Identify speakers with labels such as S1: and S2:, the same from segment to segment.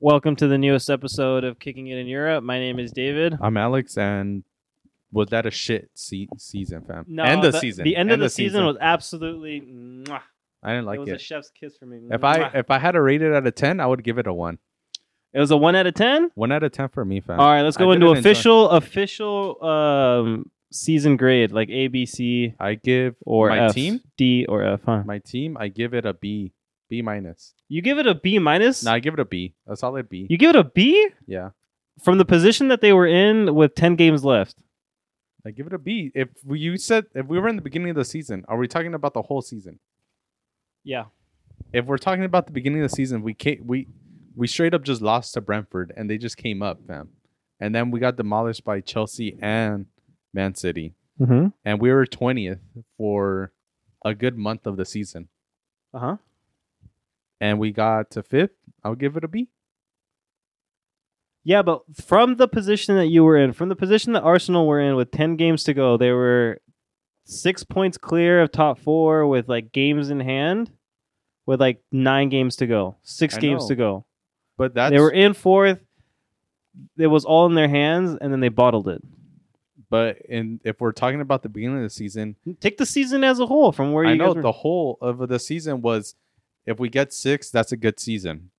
S1: Welcome to the newest episode of Kicking It in Europe. My name is David.
S2: I'm Alex, and was that a shit se- season, fam?
S1: No,
S2: end of season.
S1: The end, of the, season, was absolutely. mwah.
S2: I didn't
S1: it
S2: like
S1: was
S2: it.
S1: a chef's kiss for me.
S2: if I
S1: Mwah.
S2: if I had to rate it out of ten, I would give it a one.
S1: it was a one out of ten.
S2: One out of ten for me, fam.
S1: All right, let's
S2: Uh, I
S1: go into
S2: didn't enjoy-
S1: official official um season grade like A, B, C,
S2: I give
S1: or
S2: my
S1: F,
S2: team,
S1: D or F. Huh?
S2: my team, I give it a B, B minus.
S1: You give it a B minus.
S2: No, I give it a B, a solid B.
S1: You give it a B
S2: yeah,
S1: from the position that they were in with ten games left.
S2: I give it a B. If we- you said if we were in the beginning of the season, are we talking about the whole season?
S1: Yeah.
S2: If we're talking about the beginning of the season, we can't, we we straight up just lost to Brentford, and they just came up, fam. And then we got demolished by Chelsea and Man City.
S1: Mm-hmm.
S2: and we were 20th for a good month of the season
S1: Uh huh.
S2: and we got to fifth i'll give it a b
S1: Yeah, but from the position that you were in, from the position that Arsenal were in with 10 games to go, they were six points clear of top four with like games in hand with like nine games to go, six
S2: I
S1: games
S2: know.
S1: to go.
S2: but that's
S1: They were in fourth. It was all in their hands, and then they bottled it.
S2: but in if we're talking about the beginning of the season
S1: Take the season as a whole from where you
S2: i know
S1: guys were-
S2: the whole of the season was if we get six that's a good season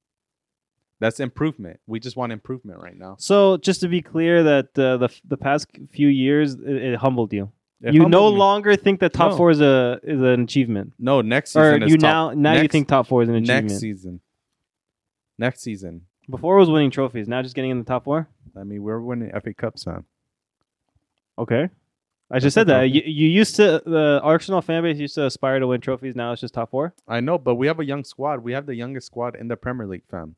S2: that's improvement we just want improvement right now
S1: So just to be clear, that uh, the the past few years it, it humbled you.
S2: It
S1: you
S2: humbled
S1: no
S2: me.
S1: longer think that top
S2: No.
S1: four is a is an achievement,
S2: no next
S1: or
S2: season is
S1: you now
S2: top-
S1: now you
S2: next-
S1: think top four is an achievement.
S2: next season next season
S1: Before it was winning trophies, now just getting in the top four.
S2: i mean we're winning fa cups man
S1: Okay, I just
S2: That's
S1: said
S2: a
S1: that
S2: trophy.
S1: you, you used to the Arsenal fan base used to aspire to win trophies. Now it's just top four.
S2: I know, but we have a young squad. We have the youngest squad in the Premier League, fam,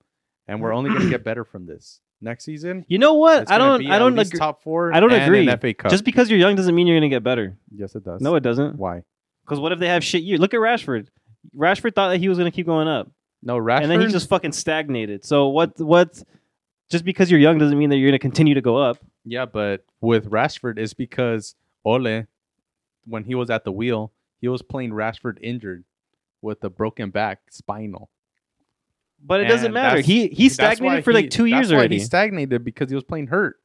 S2: and we're only gonna get better from this next season.
S1: You know what?
S2: it's
S1: I
S2: gonna
S1: don't.
S2: be
S1: I
S2: at
S1: don't
S2: least
S1: agree.
S2: Top four.
S1: I don't
S2: and
S1: agree.
S2: An FA Cup.
S1: Just because you're young doesn't mean you're gonna get better.
S2: yes, it does.
S1: No, it doesn't.
S2: Why?
S1: Because what if they have shit year? Look at Rashford. Rashford thought that he was gonna keep going up,
S2: No, Rashford.
S1: and then he just fucking stagnated. So what? What? Just because you're young doesn't mean that you're gonna continue to go up.
S2: yeah, but with Rashford is because Ole, when he was at the wheel, he was playing Rashford injured with a broken back, spinal.
S1: But it doesn't
S2: And
S1: matter.
S2: that's-
S1: He he
S2: that's why
S1: stagnated for
S2: he-
S1: like two years
S2: that's why
S1: already,
S2: He stagnated because he was playing hurt,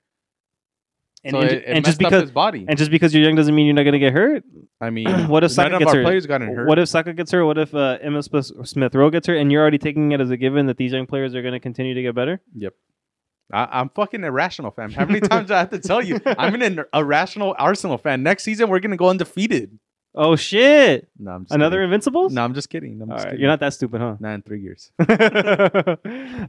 S1: and,
S2: so
S1: and-
S2: it, it
S1: and just
S2: messed up
S1: because
S2: his body.
S1: and just because you're young doesn't mean you're not gonna get hurt.
S2: I mean,
S1: what if Saka
S2: none of
S1: gets
S2: our
S1: hurt?
S2: players got hurt?
S1: What if Saka gets her? What if uh, Emma Smith Rowe gets her? And you're already taking it as a given that these young players are going to continue to get better.
S2: I, I'm fucking irrational, fam. How many times do I have to tell you? I'm an ir- irrational Arsenal fan. Next season, we're gonna go undefeated.
S1: Oh shit!
S2: No, I'm just
S1: Another
S2: Kidding.
S1: Invincibles?
S2: No, I'm just kidding. I'm
S1: All
S2: just
S1: right,
S2: kidding.
S1: you're not that stupid, huh?
S2: nine three years.
S1: All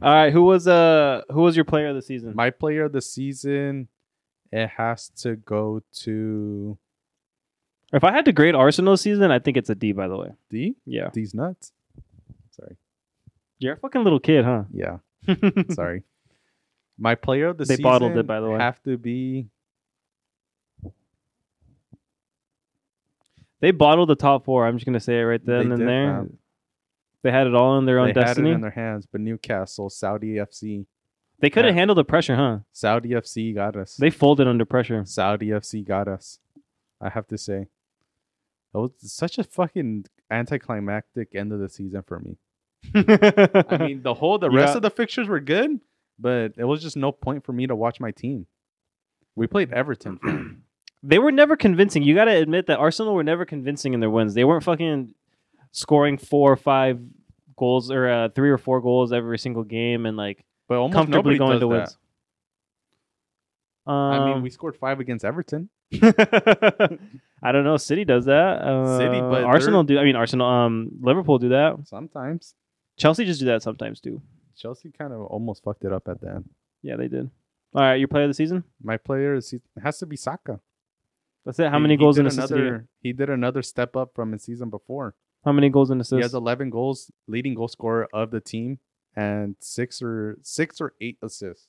S1: right, who was uh who was your player of the season?
S2: My player of the season, it has to go to
S1: if I had to grade Arsenal season, I think it's a D. By the way,
S2: D.
S1: yeah,
S2: D's nuts. Sorry.
S1: you're a fucking little kid, huh?
S2: Yeah. Sorry. My player of the
S1: They
S2: season
S1: bottled it, by the way.
S2: have to be
S1: they bottled the top four. I'm just gonna say it right then
S2: They
S1: and
S2: did,
S1: there.
S2: fam.
S1: They had it all in their
S2: they
S1: own
S2: had
S1: destiny.
S2: it in their hands, but Newcastle, Saudi FC,
S1: they couldn't
S2: Yeah.
S1: handle the pressure, huh?
S2: Saudi FC got us.
S1: They folded under pressure.
S2: Saudi FC got us. I have to say, it was such a fucking anticlimactic end of the season for me. I mean, the whole the
S1: You
S2: rest
S1: got-
S2: of the fixtures were good, but it was just no point for me to watch my team. We played Everton. fam.
S1: they were never convincing. You got to admit that Arsenal were never convincing in their wins. They weren't fucking scoring four or five goals or uh, three or four goals every single game and like
S2: but almost
S1: comfortably
S2: nobody
S1: going
S2: does
S1: to
S2: that.
S1: wins. Um,
S2: I mean, we scored five against Everton.
S1: I don't know. City does that. Uh,
S2: City, but they're-
S1: Arsenal do. I mean, Arsenal. Um, Liverpool do that.
S2: Sometimes
S1: Chelsea just do that sometimes too.
S2: Chelsea kind of almost fucked it up at the end.
S1: Yeah, they did. All right, your player of the season.
S2: My player is, it has to be Saka.
S1: That's it. How
S2: He-
S1: many
S2: he
S1: goals
S2: did
S1: and assists? did he get?
S2: Another, he did another step up from his season before.
S1: How many goals and
S2: He
S1: assists?
S2: has 11 goals, leading goal scorer of the team, and six or six or eight assists.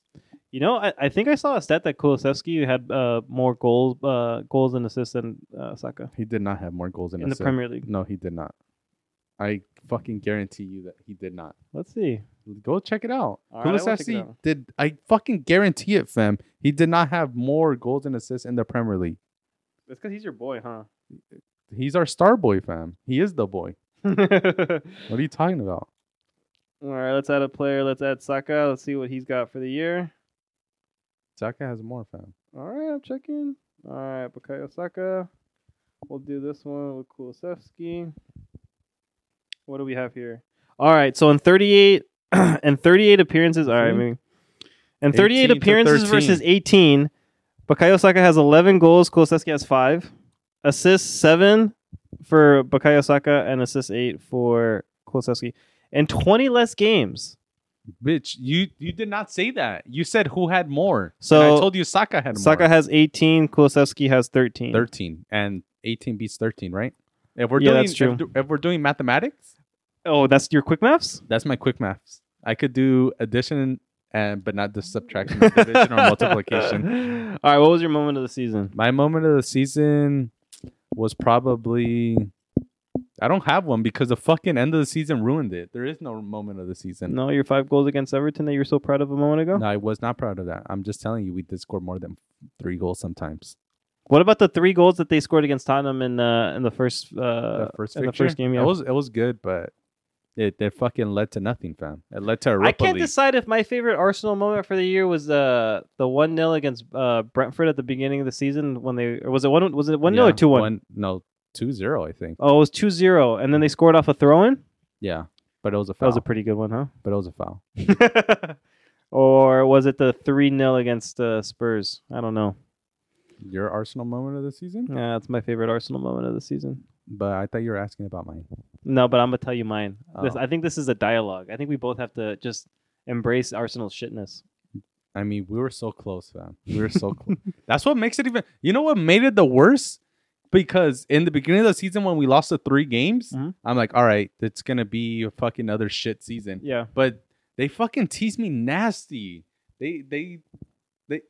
S1: You know, I, I think I saw a stat that Kulisevsky had uh, more goals uh, goals and assists than uh, Saka
S2: He did not have more goals than
S1: in the
S2: assists.
S1: Premier League.
S2: No, he did not. I fucking guarantee you that he did not.
S1: Let's see.
S2: Go check it out.
S1: All right, I will check it
S2: Kulusevski
S1: out.
S2: did. I fucking guarantee it, fam. He did not have more goals and assists in the Premier League.
S1: That's because he's your boy, huh?
S2: He's our star boy, fam. He is the boy.
S1: All
S2: What are you talking about?
S1: All right, let's add a player. Let's add Saka. Let's see what he's got for the year.
S2: Saka has more, fam.
S1: All right, I'm checking. All right, Bukayo Saka. We'll do this one with Kulisevsky. What do we have here? All right, so in 38 and 38 appearances, all right,
S2: Hmm.
S1: maybe. And 38
S2: 18 to
S1: appearances
S2: 13.
S1: versus 18, Bukayo Saka has 11 goals, Kulisevsky has 5. Assists 7 for Bukayo Saka and assists 8 for Kulisevsky. And 20 less games.
S2: Bitch, you you did not say that. You said who had more.
S1: So,
S2: and I told you Saka had
S1: Saka
S2: more.
S1: has 18, Kulisevsky has 13.
S2: thirteen, and eighteen beats thirteen, right? If we're
S1: Yeah,
S2: doing
S1: that's true.
S2: If, if we're doing mathematics,
S1: Oh, that's your quick maths?
S2: that's my quick maths. I could do addition and but not the subtraction, or division, or multiplication.
S1: All right, what was your moment of the season?
S2: My moment of the season was probably I don't have one because the fucking end of the season ruined it. There is no moment of the season.
S1: No, your five goals against Everton that you were so proud of a moment ago.
S2: No, I was not proud of that. I'm just telling you, we did score more than three goals sometimes.
S1: What about the three goals that they scored against Tottenham in uh, in the first
S2: The
S1: uh,
S2: first
S1: in the
S2: fixture,
S1: first game? Yeah,
S2: it was it was good, but it it fucking led to nothing, fam. It led to a
S1: I
S2: Europa
S1: can't
S2: League.
S1: decide if my favorite Arsenal moment for the year was uh, the one 0 against uh, Brentford at the beginning of the season when they or was it one was it one 0
S2: Yeah,
S1: or two one?
S2: No, two zero. I think.
S1: Oh, it was 2-0, and then they scored off a throw in.
S2: Yeah, but it was a
S1: That
S2: foul.
S1: was a pretty good one, huh?
S2: but it was a foul.
S1: or was it the three 0 against uh, Spurs? I don't know.
S2: Your Arsenal moment of the season?
S1: Yeah, that's my favorite Arsenal moment of the season.
S2: Hmm. But I thought you were asking about mine.
S1: No, but I'm gonna tell you mine. This,
S2: Oh.
S1: I think this is a dialogue. I think we both have to just embrace Arsenal's shitness.
S2: I mean, we were so close, fam. We were so close. That's what makes it even. You know what made it the worst? Because in the beginning of the season, when we lost the three games,
S1: Mhm.
S2: I'm like, all right, it's gonna be a fucking other shit season.
S1: Yeah,
S2: But they fucking tease me nasty. They they they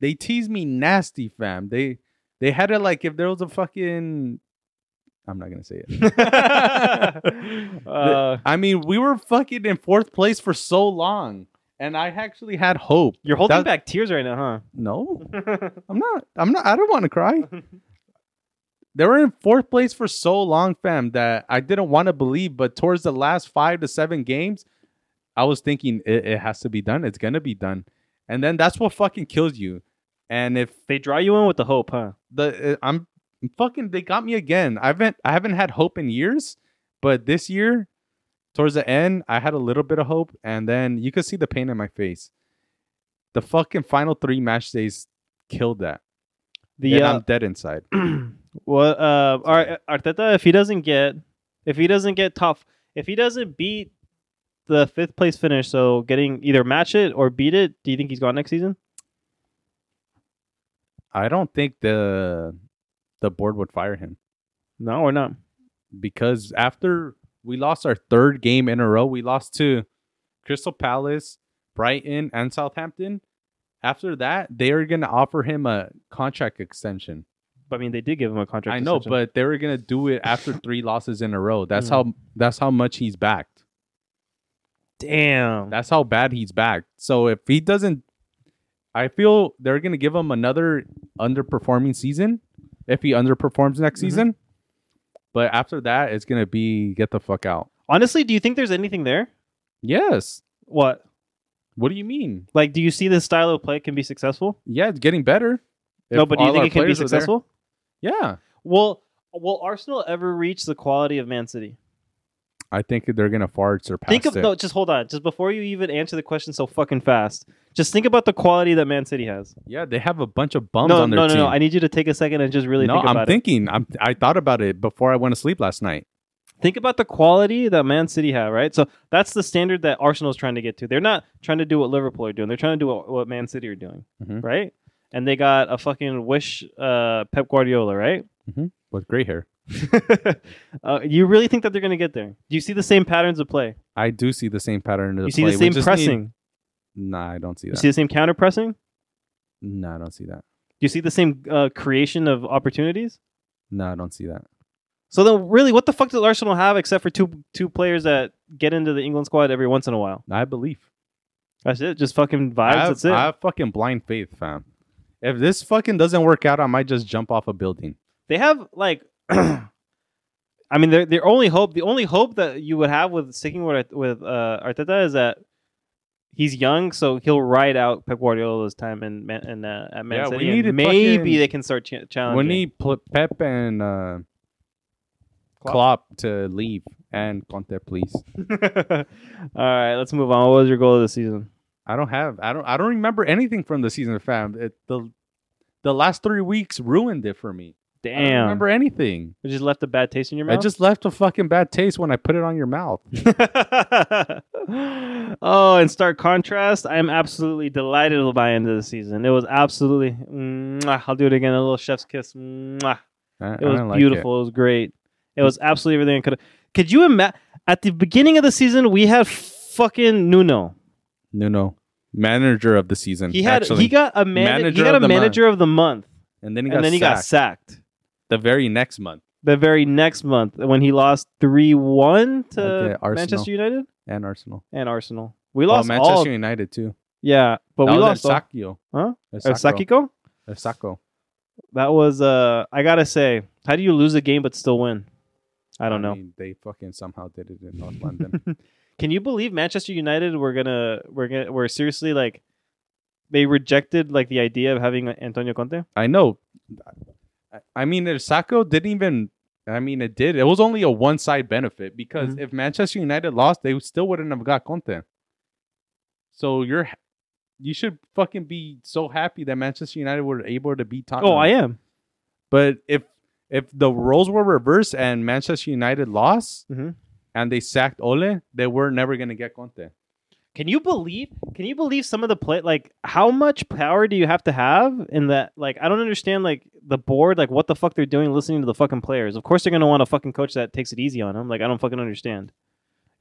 S2: they tease me nasty, fam. They they had it like if there was a fucking. I'm not gonna say it.
S1: Uh,
S2: I mean, we were fucking in fourth place for so long, and I actually had hope.
S1: you're holding
S2: That-
S1: back tears right now,
S2: No,
S1: huh?
S2: I'm not. I'm not. I don't want to cry. They were in fourth place for so long, fam, that I didn't want to believe. But towards the last five to seven games, I was thinking it, it has to be done. It's gonna be done. And then that's what fucking kills you. And if
S1: they draw you in with the hope, huh?
S2: the uh, I'm fucking they got me again. I haven't I haven't had hope in years, but this year, towards the end, I had a little bit of hope, and then you could see the pain in my face. The fucking final three match days killed that.
S1: The
S2: and
S1: uh,
S2: I'm dead inside.
S1: well, uh, all right, Arteta, if he doesn't get, if he doesn't get tough, if he doesn't beat the fifth place finish, so getting either match it or beat it, do you think he's gone next season?
S2: I don't think the the board would fire him
S1: No, or not?
S2: because after we lost our third game in a row, we lost to Crystal Palace, Brighton, and Southampton. After that, they are going to offer him a contract extension.
S1: But I mean, they did give him a contract.
S2: I know,
S1: extension.
S2: but they were gonna do it after three losses in a row. That's how that's how much he's backed.
S1: damn.
S2: That's how bad he's backed. So if he doesn't, I feel they're gonna give him another underperforming season. If he underperforms next
S1: Mhm.
S2: season, but after that, it's gonna be get the fuck out.
S1: Honestly, do you think there's anything there?
S2: Yes.
S1: What?
S2: What do you mean?
S1: Like, do you see this style of play can be successful?
S2: Yeah, it's getting better.
S1: no,
S2: If
S1: but do you
S2: all
S1: think
S2: our
S1: it can be
S2: players are there.
S1: successful?
S2: Yeah,
S1: Well, will Arsenal ever reach the quality of Man City?
S2: I think they're gonna far surpass.
S1: think of
S2: it.
S1: no, just hold on, just before you even answer the question so fucking fast. Just think about the quality that Man City has.
S2: Yeah, they have a bunch of bums
S1: no,
S2: on their
S1: no, no,
S2: team.
S1: no. I need you to take a second and just really
S2: no,
S1: think about
S2: I'm
S1: it.
S2: thinking. I'm, I thought about it before I went to sleep last night.
S1: Think about the quality that Man City have, right? So that's the standard that Arsenal's trying to get to. They're not trying to do what Liverpool are doing. They're trying to do what, what Man City are doing,
S2: Mhm.
S1: right? And they got a fucking wish, uh, Pep Guardiola, right?
S2: with gray hair.
S1: uh, you really think that they're going to get there? Do you see the same patterns of play?
S2: I do see the same pattern. Of
S1: you see
S2: play.
S1: the
S2: We
S1: same
S2: just
S1: pressing?
S2: Need, nah, I don't see
S1: you
S2: that.
S1: see the same counter pressing? Do
S2: no, I don't see that.
S1: you see the same uh, creation of opportunities?
S2: No, I don't see that.
S1: So then, really, what the fuck does Arsenal have except for two two players that get into the England squad every once in a while?
S2: I believe.
S1: That's it. Just fucking vibes.
S2: I have,
S1: that's it.
S2: I have fucking blind faith, fam. If this fucking doesn't work out, I might just jump off a building.
S1: they have like I mean, their their only hope, the only hope that you would have with sticking with with uh, Arteta is that he's young, so he'll ride out Pep Guardiola's time in Man- in uh, at Man
S2: Yeah, we
S1: City. and
S2: need to
S1: maybe
S2: fucking-
S1: they can start ch- challenging.
S2: We need Pl- Pep and uh,
S1: Klopp?
S2: Klopp. to leave and Conte, please.
S1: All right, let's move on. What was your goal of the season?
S2: I don't have. I don't. I don't remember anything from the season, fam. It, the the last three weeks ruined it for me. I don't
S1: Damn,
S2: remember anything.
S1: it just left a bad taste in your mouth.
S2: I just left a fucking bad taste when I put it on your mouth.
S1: oh, in stark contrast, I am absolutely delighted with my end of the season. It was absolutely. Mwah, I'll do it again. A little chef's kiss. Mwah.
S2: I-
S1: It
S2: I
S1: was
S2: don't like
S1: beautiful. It. was great. It was absolutely everything I could. Could you imagine? At the beginning of the season, we had fucking Nuno.
S2: No, no. Manager of the season.
S1: He had
S2: actually.
S1: he got a man- he
S2: Manager
S1: got a
S2: of the month.
S1: manager of the month,
S2: and then he got
S1: and then he got
S2: sacked
S1: sacked
S2: the very next month.
S1: the very next month when he lost three one to
S2: Okay, uh, Arsenal.
S1: Manchester United
S2: And Arsenal.
S1: and Arsenal. We
S2: Well,
S1: lost
S2: Oh, Manchester
S1: all.
S2: United too.
S1: Yeah, but
S2: That
S1: we
S2: was
S1: lost all.
S2: Sakio.
S1: Huh?
S2: El
S1: Or
S2: Sacro.
S1: Sakiko?
S2: El Sacro.
S1: That was uh I gotta say, how do you lose a game but still win? I don't know.
S2: mean, they fucking somehow did it in North London.
S1: Can you believe Manchester United were gonna we're gonna we're seriously like they rejected like the idea of having Antonio Conte?
S2: I know. I- I mean, El Sacro didn't even. I mean, it did. It was only a one side benefit because
S1: Mhm.
S2: if Manchester United lost, they still wouldn't have got Conte. So you're. You should fucking be so happy that Manchester United were able to beat Tottenham.
S1: Oh, I am.
S2: But if if the roles were reversed and Manchester United lost
S1: Mhm.
S2: and they sacked Ole, they were never gonna get Conte.
S1: Can you believe can you believe some of the play like how much power do you have to have in that like I don't understand like the board like what the fuck they're doing listening to the fucking players. Of course they're gonna want a fucking coach that takes it easy on them. Like I don't fucking understand.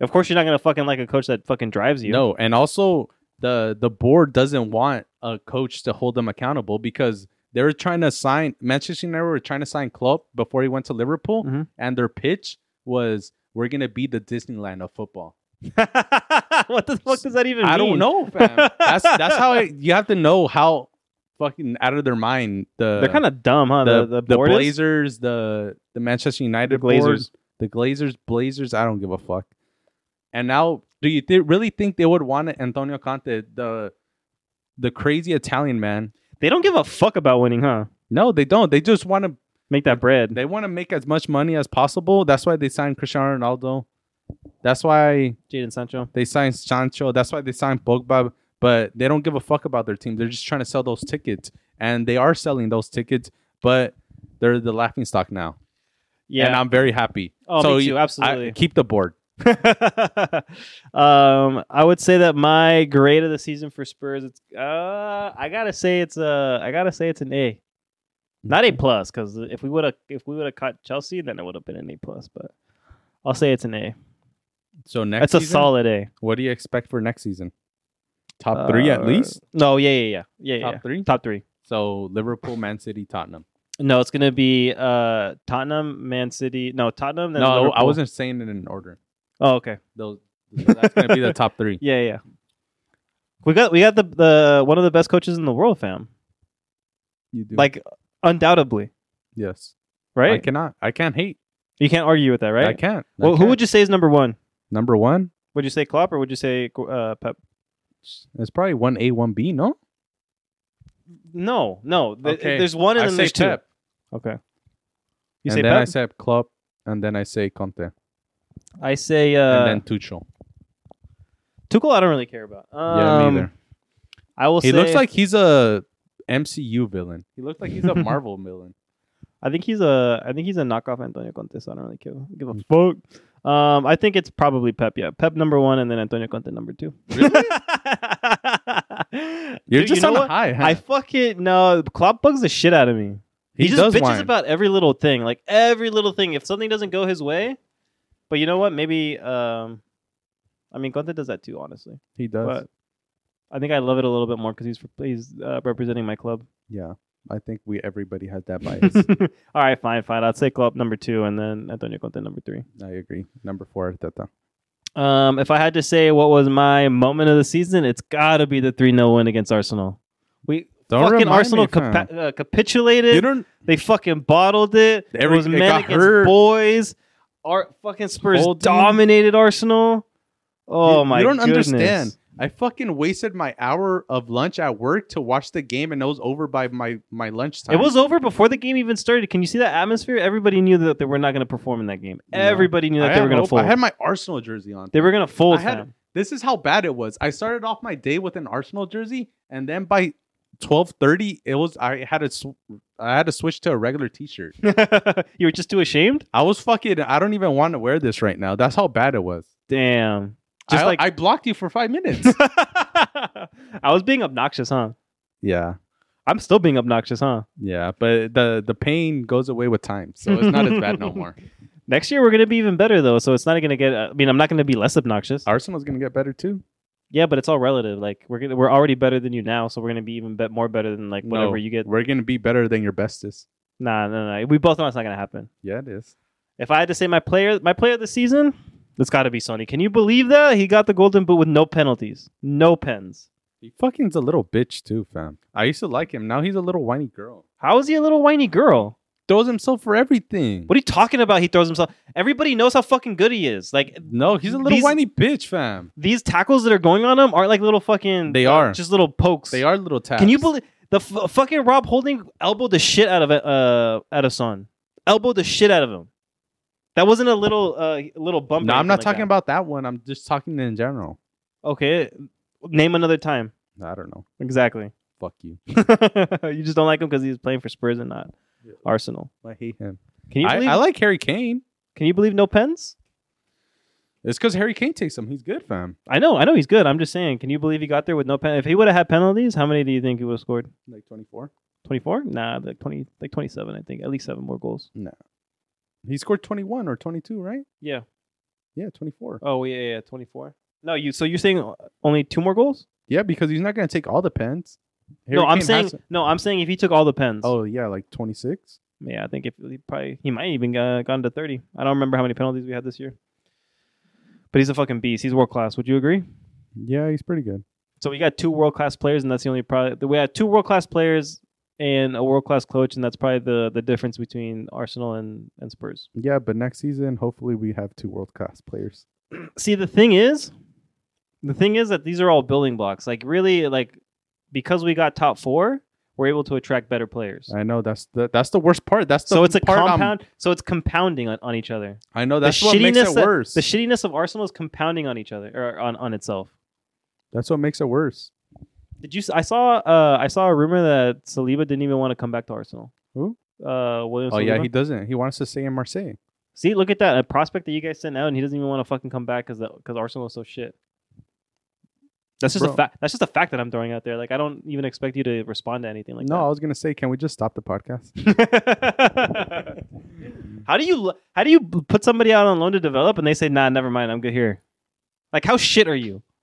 S1: Of course you're not gonna fucking like a coach that fucking drives you.
S2: No, and also the the board doesn't want a coach to hold them accountable because they were trying to sign Manchester United were trying to sign Klopp before he went to Liverpool,
S1: Mhm.
S2: and their pitch was we're gonna be the Disneyland of football.
S1: what the fuck does that even mean?
S2: I don't know, fam. that's that's how it, you have to know how fucking out of their mind the
S1: They're kind of dumb, huh? The,
S2: the,
S1: the,
S2: the,
S1: board is?
S2: Blazers, the the Manchester United
S1: Glazers.
S2: board, the Glazers, Blazers. I don't give a fuck. And now, do you th- really think they would want Antonio Conte, the the crazy Italian man?
S1: They don't give a fuck about winning, huh?
S2: No, they don't. They just want to.
S1: Make that bread.
S2: They want to make as much money as possible. That's why they signed Cristiano Ronaldo. That's why
S1: Jaden Sancho.
S2: they signed Sancho. That's why they signed Pogba. But they don't give a fuck about their team. They're just trying to sell those tickets, and they are selling those tickets. But they're the laughing stock now.
S1: Yeah.
S2: and I'm very happy.
S1: oh,
S2: so
S1: me
S2: you-
S1: too.
S2: I,
S1: Absolutely.
S2: keep the board.
S1: um, I would say that my grade of the season for Spurs, it's uh, I gotta say it's uh, I gotta say it's an A, not A
S2: Mm-hmm.
S1: plus, because if we would have if we would have caught Chelsea, then it would have been an A plus. But I'll say it's an A.
S2: So next,
S1: That's a
S2: season,
S1: solid A.
S2: What do you expect for next season? Top three
S1: Uh,
S2: at least.
S1: No, yeah, yeah, yeah, yeah, yeah.
S2: Top three.
S1: Top three.
S2: So Liverpool, Man City, Tottenham.
S1: No, it's gonna be uh Tottenham, Man City. No, Tottenham. Then
S2: no,
S1: Liverpool.
S2: I wasn't saying it in order.
S1: Oh, okay.
S2: Those that's gonna be the top three.
S1: Yeah, yeah. We got we got the the one of the best coaches in the world, fam.
S2: You do
S1: Like undoubtedly,
S2: yes, I
S1: right?
S2: cannot. I can't hate.
S1: you can't argue with that, right?
S2: I can't. I
S1: Well, who
S2: can't.
S1: would you say is number one?
S2: number one?
S1: Would you say Klopp or would you say uh, Pep?
S2: It's probably one A, one B. No,
S1: No, no. Th-
S2: Okay.
S1: There's one and
S2: I
S1: then
S2: say
S1: there's two.
S2: Pep.
S1: Okay. You
S2: and
S1: say
S2: then
S1: Pep.
S2: I say Klopp, and then I say Conte,
S1: I say uh,
S2: and then Tuchel.
S1: Tuchel. I don't really care about. Um,
S2: yeah, me either.
S1: I will.
S2: He
S1: say,
S2: looks like he's a MCU villain. He looks like he's a Marvel villain.
S1: I think he's a I think he's a knockoff Antonio Conte. So I don't really care. Give a fuck. Um, I think it's probably Pep. Yeah, Pep number one, and then Antonio Conte number two.
S2: You're
S1: Dude,
S2: just
S1: you know
S2: on
S1: what?
S2: a high. Huh?
S1: I fucking no. Klopp bugs the shit out of me. He, just bitches
S2: whine.
S1: about every little thing, like every little thing. If something doesn't go his way, but you know what? Maybe um, I mean Conte does that too, honestly.
S2: He does.
S1: But I think I love it a little bit more because he's he's uh, representing my club.
S2: yeah, I think we everybody has that
S1: All
S2: bias.
S1: right, fine, fine. I'll say Klopp number two, and then Antonio Conte number three.
S2: I agree. Number four, Arteta.
S1: Um, if I had to say what was my moment of the season, it's got to be the 3 0 win against Arsenal. We
S2: Don't
S1: fucking
S2: remind
S1: Arsenal
S2: me, fam.
S1: capa- uh, capitulated.
S2: You don't.
S1: They fucking bottled it.
S2: Every-
S1: it was
S2: it
S1: men
S2: got
S1: against
S2: hurt.
S1: boys. Our fucking Spurs
S2: Holding?
S1: dominated Arsenal. Oh
S2: You-
S1: my!
S2: You don't
S1: goodness.
S2: understand. I fucking wasted my hour of lunch at work to watch the game, and it was over by my my lunchtime.
S1: It was over before the game even started. Can you see that atmosphere? Everybody knew that they were not going to perform in that game.
S2: No.
S1: Everybody knew that they
S2: I had
S1: were going to
S2: hope-
S1: fold.
S2: I had my Arsenal jersey on.
S1: they were going to fold.
S2: I had-
S1: fam.
S2: This is how bad it was. I started off my day with an Arsenal jersey, and then by twelve thirty, it was I had to sw- I had to switch to a regular T shirt.
S1: you were just too ashamed.
S2: I was fucking. I don't even want to wear this right now. That's how bad it was.
S1: Damn. Just
S2: I,
S1: like
S2: I blocked you for five minutes.
S1: I was being obnoxious, huh?
S2: yeah,
S1: I'm still being obnoxious, huh?
S2: yeah, but the the pain goes away with time, so it's not as bad no more.
S1: Next year we're going to be even better though, so it's not going to get. uh, I mean, I'm not going to be less obnoxious.
S2: Arsenal's gonna get better too.
S1: Yeah, but it's all relative. Like we're gonna, we're already better than you now, so we're going to be even bet more better than like whatever
S2: No,
S1: you get.
S2: We're gonna be better than your bestest.
S1: Nah, no, no. We both know it's not going to happen.
S2: Yeah, it is.
S1: If I had to say my player, my player of the season, it's got to be Sony. Can you believe that he got the golden boot with no penalties, no pens?
S2: He fucking's a little bitch too, fam. I used to like him. Now he's a little whiny girl.
S1: How is he a little whiny girl?
S2: Throws himself for everything.
S1: What are you talking about? He throws himself. Everybody knows how fucking good he is. Like
S2: No, he's a little
S1: These-
S2: whiny bitch, fam.
S1: these tackles that are going on him aren't like little fucking.
S2: They are.
S1: just little pokes.
S2: They are little taps.
S1: Can you believe the f- fucking Rob Holding elbowed the shit out of uh out of Son, elbowed the shit out of him. That wasn't a little uh little bump.
S2: No, I'm not talking about that one. I'm just talking in general.
S1: about. Okay, name another time.
S2: I don't know.
S1: Exactly.
S2: Fuck you.
S1: you just don't like him because he's playing for Spurs and not
S2: Yeah.
S1: Arsenal.
S2: I hate him.
S1: Can you
S2: I,
S1: believe?
S2: I like Harry Kane.
S1: can you believe no pens?
S2: It's because Harry Kane takes him. He's good, fam.
S1: I know, I know he's good. I'm just saying. Can you believe he got there with no pen? If he would have had penalties, how many do you think he would have scored?
S2: Like 24.
S1: 24? Nah, like 20, like 27. I think at least seven more goals.
S2: He scored 21 or 22, right?
S1: Yeah.
S2: Yeah, 24.
S1: Oh yeah, yeah, 24. No, you. So you're saying only two more goals?
S2: Yeah, because he's not going to take all the pens.
S1: no,
S2: Harry
S1: I'm
S2: Kane
S1: saying
S2: has-
S1: no, I'm saying if he took all the pens.
S2: Oh, yeah, like 26.
S1: yeah, I think if he probably he might even uh, gone to 30. I don't remember how many penalties we had this year. But he's a fucking beast. He's world class. Would you agree?
S2: Yeah, he's pretty good.
S1: So we got two world class players, and that's the only probably we had two world class players and a world class coach, and that's probably the the difference between Arsenal and and Spurs.
S2: Yeah, but next season, hopefully, we have two world class players.
S1: See, the thing is, the thing is that these are all building blocks. Like really, like because we got top four, we're able to attract better players.
S2: I know that's the that's the worst part. That's the
S1: So it's a
S2: part um, I'm-
S1: compound. so it's compounding on, on each other.
S2: I know that's
S1: the
S2: what makes
S1: shittiness
S2: it
S1: that-
S2: worse.
S1: The shittiness of Arsenal is compounding on each other or on, on itself.
S2: that's what makes it worse.
S1: Did you? s- I saw. Uh, I saw a rumor that Saliba didn't even want to come back to Arsenal.
S2: Who?
S1: Uh, William.
S2: Oh yeah,
S1: Saliba.
S2: he doesn't. He wants to stay in Marseille.
S1: See, look at that a prospect that you guys sent out, and he doesn't even want to fucking come back because because Arsenal is so shit. That's just a
S2: Bro.
S1: fact. That's just a fact that I'm throwing out there. Like I don't even expect you to respond to anything like
S2: no, I was gonna say, can we just stop the podcast?
S1: that. how do you l- how do you b- put somebody out on loan to develop and they say, "Nah, never mind, I'm good here." Like how shit are you?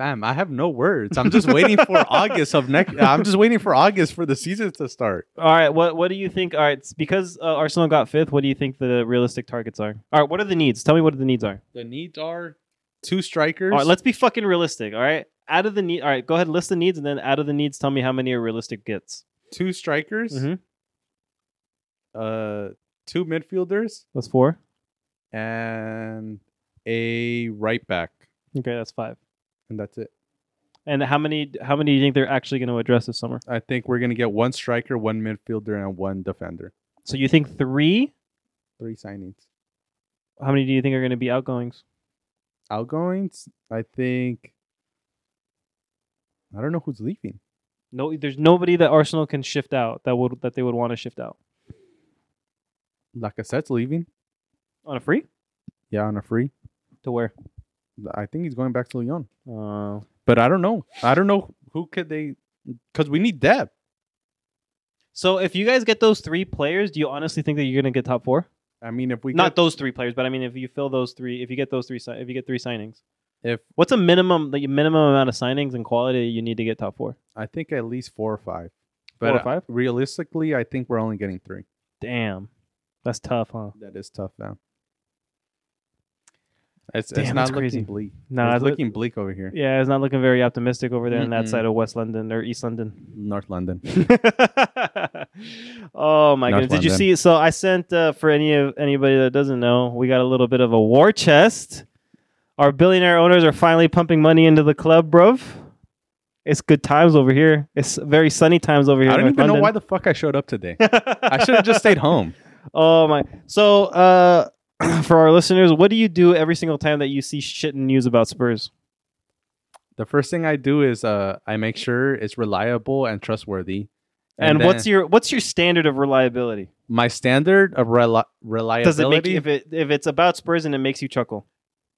S2: Fam, I have no words. I'm just waiting for August of next. I'm just waiting for August for the season to start.
S1: All right, what what do you think? All right, s- because uh, Arsenal got fifth, what do you think the realistic targets are? All right, what are the needs? Tell me what the needs are.
S2: The needs are two strikers.
S1: All right, let's be fucking realistic. All right, out of the need. All right, go ahead, list the needs, and then out of the needs, tell me how many are realistic gets.
S2: two strikers.
S1: Mhm.
S2: Uh, two midfielders
S1: That's four.
S2: and a right back,
S1: Okay, that's five.
S2: and that's it.
S1: And how many? How many do you think they're actually going to address this summer?
S2: I think we're gonna get one striker, one midfielder, and one defender.
S1: So you think three?
S2: Three signings.
S1: How many do you think are going to be outgoings?
S2: Outgoings. I think. I don't know who's leaving.
S1: No, there's nobody that Arsenal can shift out that would that they would want to shift out
S2: Lacazette's leaving.
S1: on a free
S2: Yeah, on a free.
S1: to where?
S2: I think he's going back to Lyon.
S1: Uh,
S2: But I don't know. I don't know who could they because we need depth.
S1: so if you guys get those three players, do you honestly think that you're going to get top four?
S2: I mean, if we
S1: Not
S2: get,
S1: those three players, but I mean, if you fill those three, if you get those three, si- if you get three signings,
S2: if
S1: what's a minimum the minimum amount of signings and quality you need to get top four?
S2: I think at least four or five.
S1: Four
S2: But
S1: or
S2: uh,
S1: five?
S2: realistically, I think we're only getting three.
S1: Damn, that's tough, huh?
S2: That is tough now. It's, it's
S1: Damn,
S2: not
S1: that's
S2: looking
S1: crazy.
S2: bleak.
S1: No,
S2: it's
S1: it's look-
S2: looking bleak over here.
S1: Yeah, it's not looking very optimistic over there in that
S2: Mm-mm.
S1: side of West London or East London.
S2: North London.
S1: oh my
S2: North
S1: goodness! Did you see?
S2: London.
S1: So I sent uh, for any of anybody that doesn't know, we got a little bit of a war chest. Our billionaire owners are finally pumping money into the club, bruv. It's good times over here. It's very sunny times over here.
S2: I don't
S1: in
S2: even know why the fuck I showed up today. I should have just stayed home.
S1: Oh my! So, uh, for our listeners, what do you do every single time that you see shit in news about Spurs?
S2: The first thing I do is uh, I make sure it's reliable and trustworthy.
S1: And,
S2: then
S1: what's your what's your standard of reliability?
S2: my standard of reli- reliability?
S1: Does it make if it if it's about Spurs and it makes you chuckle?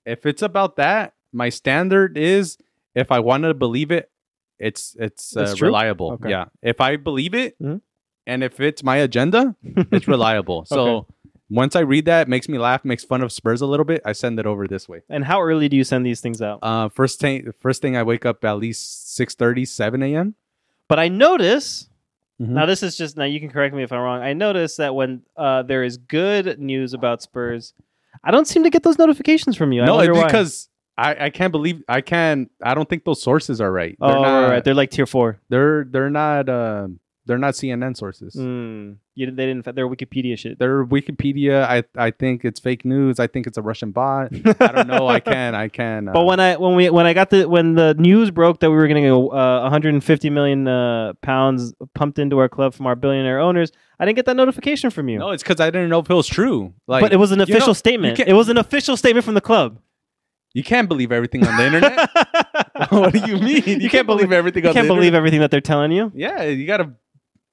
S2: if it's about that, my standard is if I want to believe it, it's it's, uh,
S1: It's true?
S2: reliable.
S1: Okay.
S2: Yeah, if I believe it,
S1: Mhm.
S2: and if it's my agenda, it's reliable. So once I read that, it makes me laugh, makes fun of Spurs a little bit. I send it over this way.
S1: And how early do you send these things out?
S2: Uh, first thing, first thing, I wake up at least 6:30, 7 a.m.
S1: But I notice
S2: Mhm.
S1: now. This is just now. You can correct me if I'm wrong. I notice that when uh, there is good news about Spurs, I don't seem to get those notifications from you. I
S2: No,
S1: wonder
S2: it's
S1: why.
S2: because I, I can't believe I can I don't think those sources are right.
S1: oh,
S2: they're
S1: right,
S2: not,
S1: right, they're like tier four.
S2: They're they're not um they're not CNN sources.
S1: Mm. You, they didn't. They're Wikipedia shit.
S2: They're Wikipedia. I I think it's fake news. I think it's a Russian bot. I don't know. I can I can. Uh,
S1: But when I when we when I got the when the news broke that we were going to go uh, 150 million uh, pounds pumped into our club from our billionaire owners, I didn't get that notification from you.
S2: no, it's because I didn't know if it was true. Like,
S1: but it was an
S2: you know,
S1: official statement.
S2: can't-
S1: It was an official statement from the club.
S2: you can't believe everything on the internet. what do you mean?
S1: You, can't believe
S2: everything.
S1: you
S2: on
S1: can't
S2: the
S1: believe everything that they're telling you.
S2: Internet. Yeah, you gotta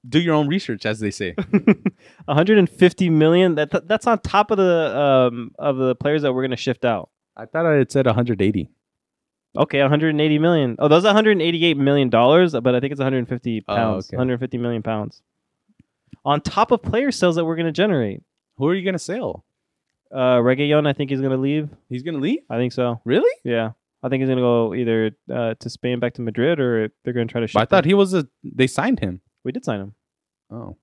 S2: do your own research, as they say.
S1: 150 million. That that's on top of the um of the players that we're going to shift out.
S2: I thought I had said 180.
S1: Okay, 180 million. Oh, those 188 million dollars, but I think it's 150
S2: Oh,
S1: pounds.
S2: okay.
S1: 150 million pounds. On top of player sales that we're going to generate.
S2: Who are you gonna sell?
S1: Uh Reguilon, I think he's going to leave.
S2: He's gonna leave?
S1: I think so.
S2: Really?
S1: Yeah. I think he's going to go either uh, to Spain back to Madrid or they're going to try to ship
S2: I thought
S1: him.
S2: he was a. They signed him.
S1: We did sign him.
S2: Oh.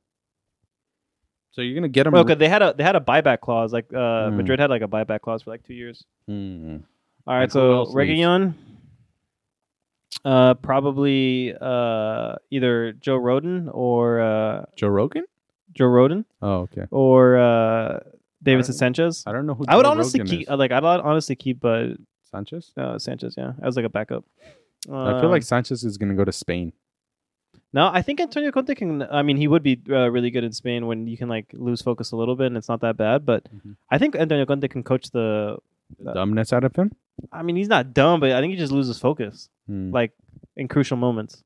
S2: So you're gonna get him.
S1: Well, 'cause they had a they had a buyback clause like uh,
S2: Hmm.
S1: Madrid had like a buyback clause for like 2 years.
S2: Hmm.
S1: All right,
S2: And who
S1: so
S2: else leaves?
S1: Reguilon, uh, probably uh, either Joe Roden or uh,
S2: Joe Rogan.
S1: Joe Roden
S2: Oh, okay.
S1: or uh, Davidson
S2: I don't-
S1: Sanchez.
S2: I don't know who.
S1: I would
S2: Joe
S1: honestly
S2: Rogan
S1: keep
S2: is.
S1: uh, like I'd hon- honestly keep uh,
S2: Sanchez.
S1: uh, Sanchez, yeah, as like a backup.
S2: I feel
S1: Um,
S2: like Sanchez is gonna go to Spain.
S1: no, I think Antonio Conte can. I mean, he would be uh, really good in Spain when you can like lose focus a little bit and it's not that bad. But
S2: Mhm.
S1: I think Antonio Conte can coach the.
S2: The dumbness out of him.
S1: I mean, he's not dumb, but I think he just loses focus.
S2: Hmm.
S1: like in crucial moments.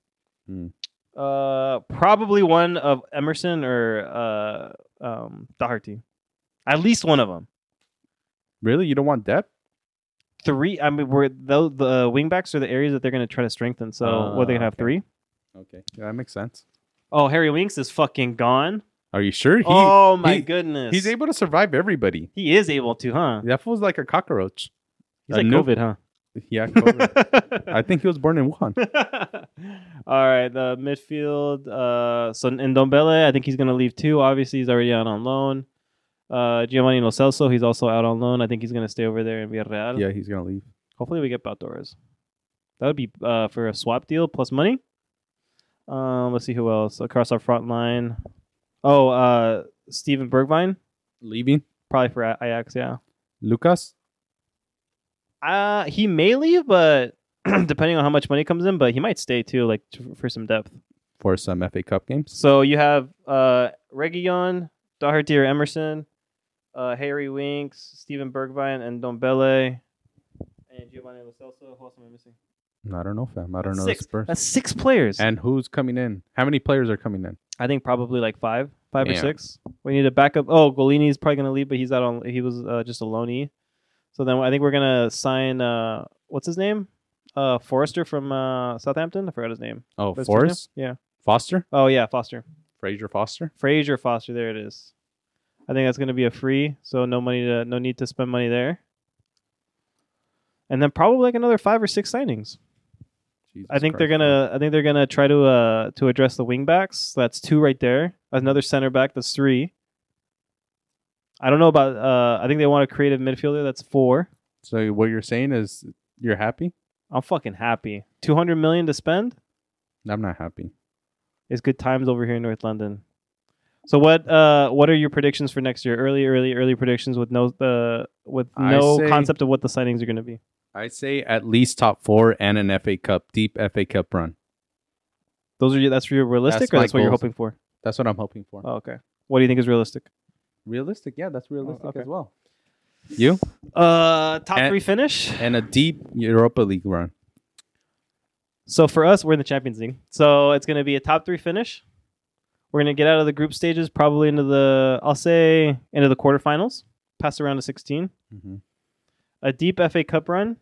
S2: Hmm.
S1: Uh, probably one of Emerson or uh, um, Doherty. At least one of them.
S2: Really, you don't want depth?
S1: Three. I mean, we're the, the wingbacks are the areas that they're going to try to strengthen. So,
S2: Ah,
S1: what are they going to have?
S2: okay.
S1: Three?
S2: Okay, yeah, that makes sense.
S1: Oh, Harry Winks is fucking gone.
S2: Are you sure? He
S1: oh, my
S2: he-
S1: goodness.
S2: he's able to survive everybody.
S1: He is able to, huh?
S2: That fool's like a cockroach.
S1: He's
S2: A
S1: like
S2: noob.
S1: COVID, huh?
S2: Yeah, COVID. I think he was born in Wuhan.
S1: All right, the midfield. Uh, so in Dombele, I think he's going to leave too. Obviously, he's already out on loan. Uh, Giovanni Lo Celso, he's also out on loan. I think he's going to stay over there in Villarreal.
S2: Yeah, he's gonna leave.
S1: Hopefully, we get Baltores. That would be uh, for a swap deal plus money. Um, let's see who else across our front line. Oh, uh, Steven Bergvine,
S2: Leaving
S1: probably for A- Ajax. Yeah,
S2: Lucas.
S1: uh, he may leave, but depending on how much money comes in, but he might stay too, like t- for some depth.
S2: For some FA Cup games,
S1: So you have uh, Reguilon, Doherty or Emerson, uh, Harry Winks, Steven Bergvine, and Dombele, and Giovanni Lo Celso. Who else am I missing?
S2: I don't know, fam. I don't know
S1: six.
S2: the Spurs.
S1: That's six players.
S2: And who's coming in? How many players are coming in?
S1: I think probably like five, five or
S2: Yeah.
S1: six. We need a backup. Oh, Golini's probably gonna leave, but he's out on. He was uh, just a loanee. So then I think we're gonna sign. Uh, what's his name? Uh, Forrester from uh, Southampton. I forgot his name.
S2: Oh,
S1: What's his
S2: Forrest,
S1: name? Yeah.
S2: Foster,
S1: Oh yeah, Foster.
S2: Fraser Foster.
S1: Frazier Foster. There it is. I think that's going to be a free, so no money to no need to spend money there. And then probably like another five or six signings. I think they're gonna. I think they're gonna try to uh to address the wing backs. That's two right there. Another center back. That's three. I don't know about. Uh, I think they want a creative midfielder. That's four.
S2: So what you're saying is you're happy?
S1: I'm fucking happy. 200 million to spend
S2: I'm not happy.
S1: is good times over here in North London. So what uh what are your predictions for next year? Early, early, early predictions with no uh with
S2: I
S1: no
S2: say-
S1: concept of what the signings are going to be.
S2: I'd say at least top four and an FA Cup, deep FA Cup run.
S1: Those are your, that's your realistic
S2: That's
S1: or
S2: my
S1: that's what you're
S2: goals.
S1: hoping for.
S2: That's what I'm hoping for.
S1: Oh, okay. What do you think is realistic?
S2: Uh, Realistic, yeah, that's realistic
S1: okay.
S2: as well. Oh, You
S1: Uh, top
S2: And-
S1: three finish.
S2: and a deep Europa League run.
S1: So for us, we're in the Champions League. So it's going to be a top three finish. We're going to get out of the group stages, probably into the I'll say into the quarterfinals, pass around to sixteen.
S2: Mm-hmm.
S1: A deep FA Cup run.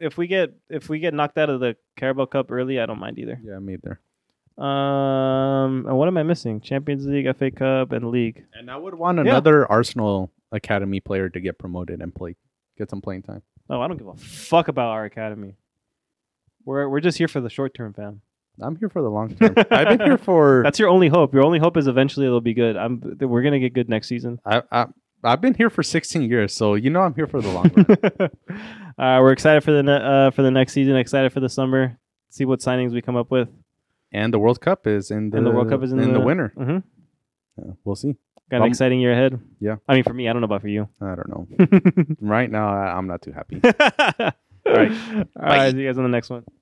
S1: If we get if we get knocked out of the Carabao Cup early, I don't mind either.
S2: Yeah, me either.
S1: Um, and what am I missing? Champions League, FA Cup, and league.
S2: And I would want
S1: Yeah.
S2: another Arsenal academy player to get promoted and play, get some playing time.
S1: Oh, I don't give a fuck about our academy. We're we're just here for the short term, fam.
S2: I'm here for the long term. I've been here for
S1: That's your only hope. Your only hope is eventually it'll be good. I'm th- we're gonna get good next season.
S2: I, I I've been here for 16 years, so you know I'm here for the long run.
S1: uh, we're excited for the ne- uh, for the next season. Excited for the summer. See what signings we come up with.
S2: And the World Cup is in the,
S1: And the World Cup is in
S2: the,
S1: the-
S2: winter.
S1: hmm
S2: Yeah, we'll see.
S1: Got an
S2: Mm-hmm. Um,
S1: exciting year ahead.
S2: yeah.
S1: I mean, for me, I don't know about for you.
S2: I don't know.
S1: All
S2: right now, I, I'm not too happy.
S1: right. All right. See you guys on the next one.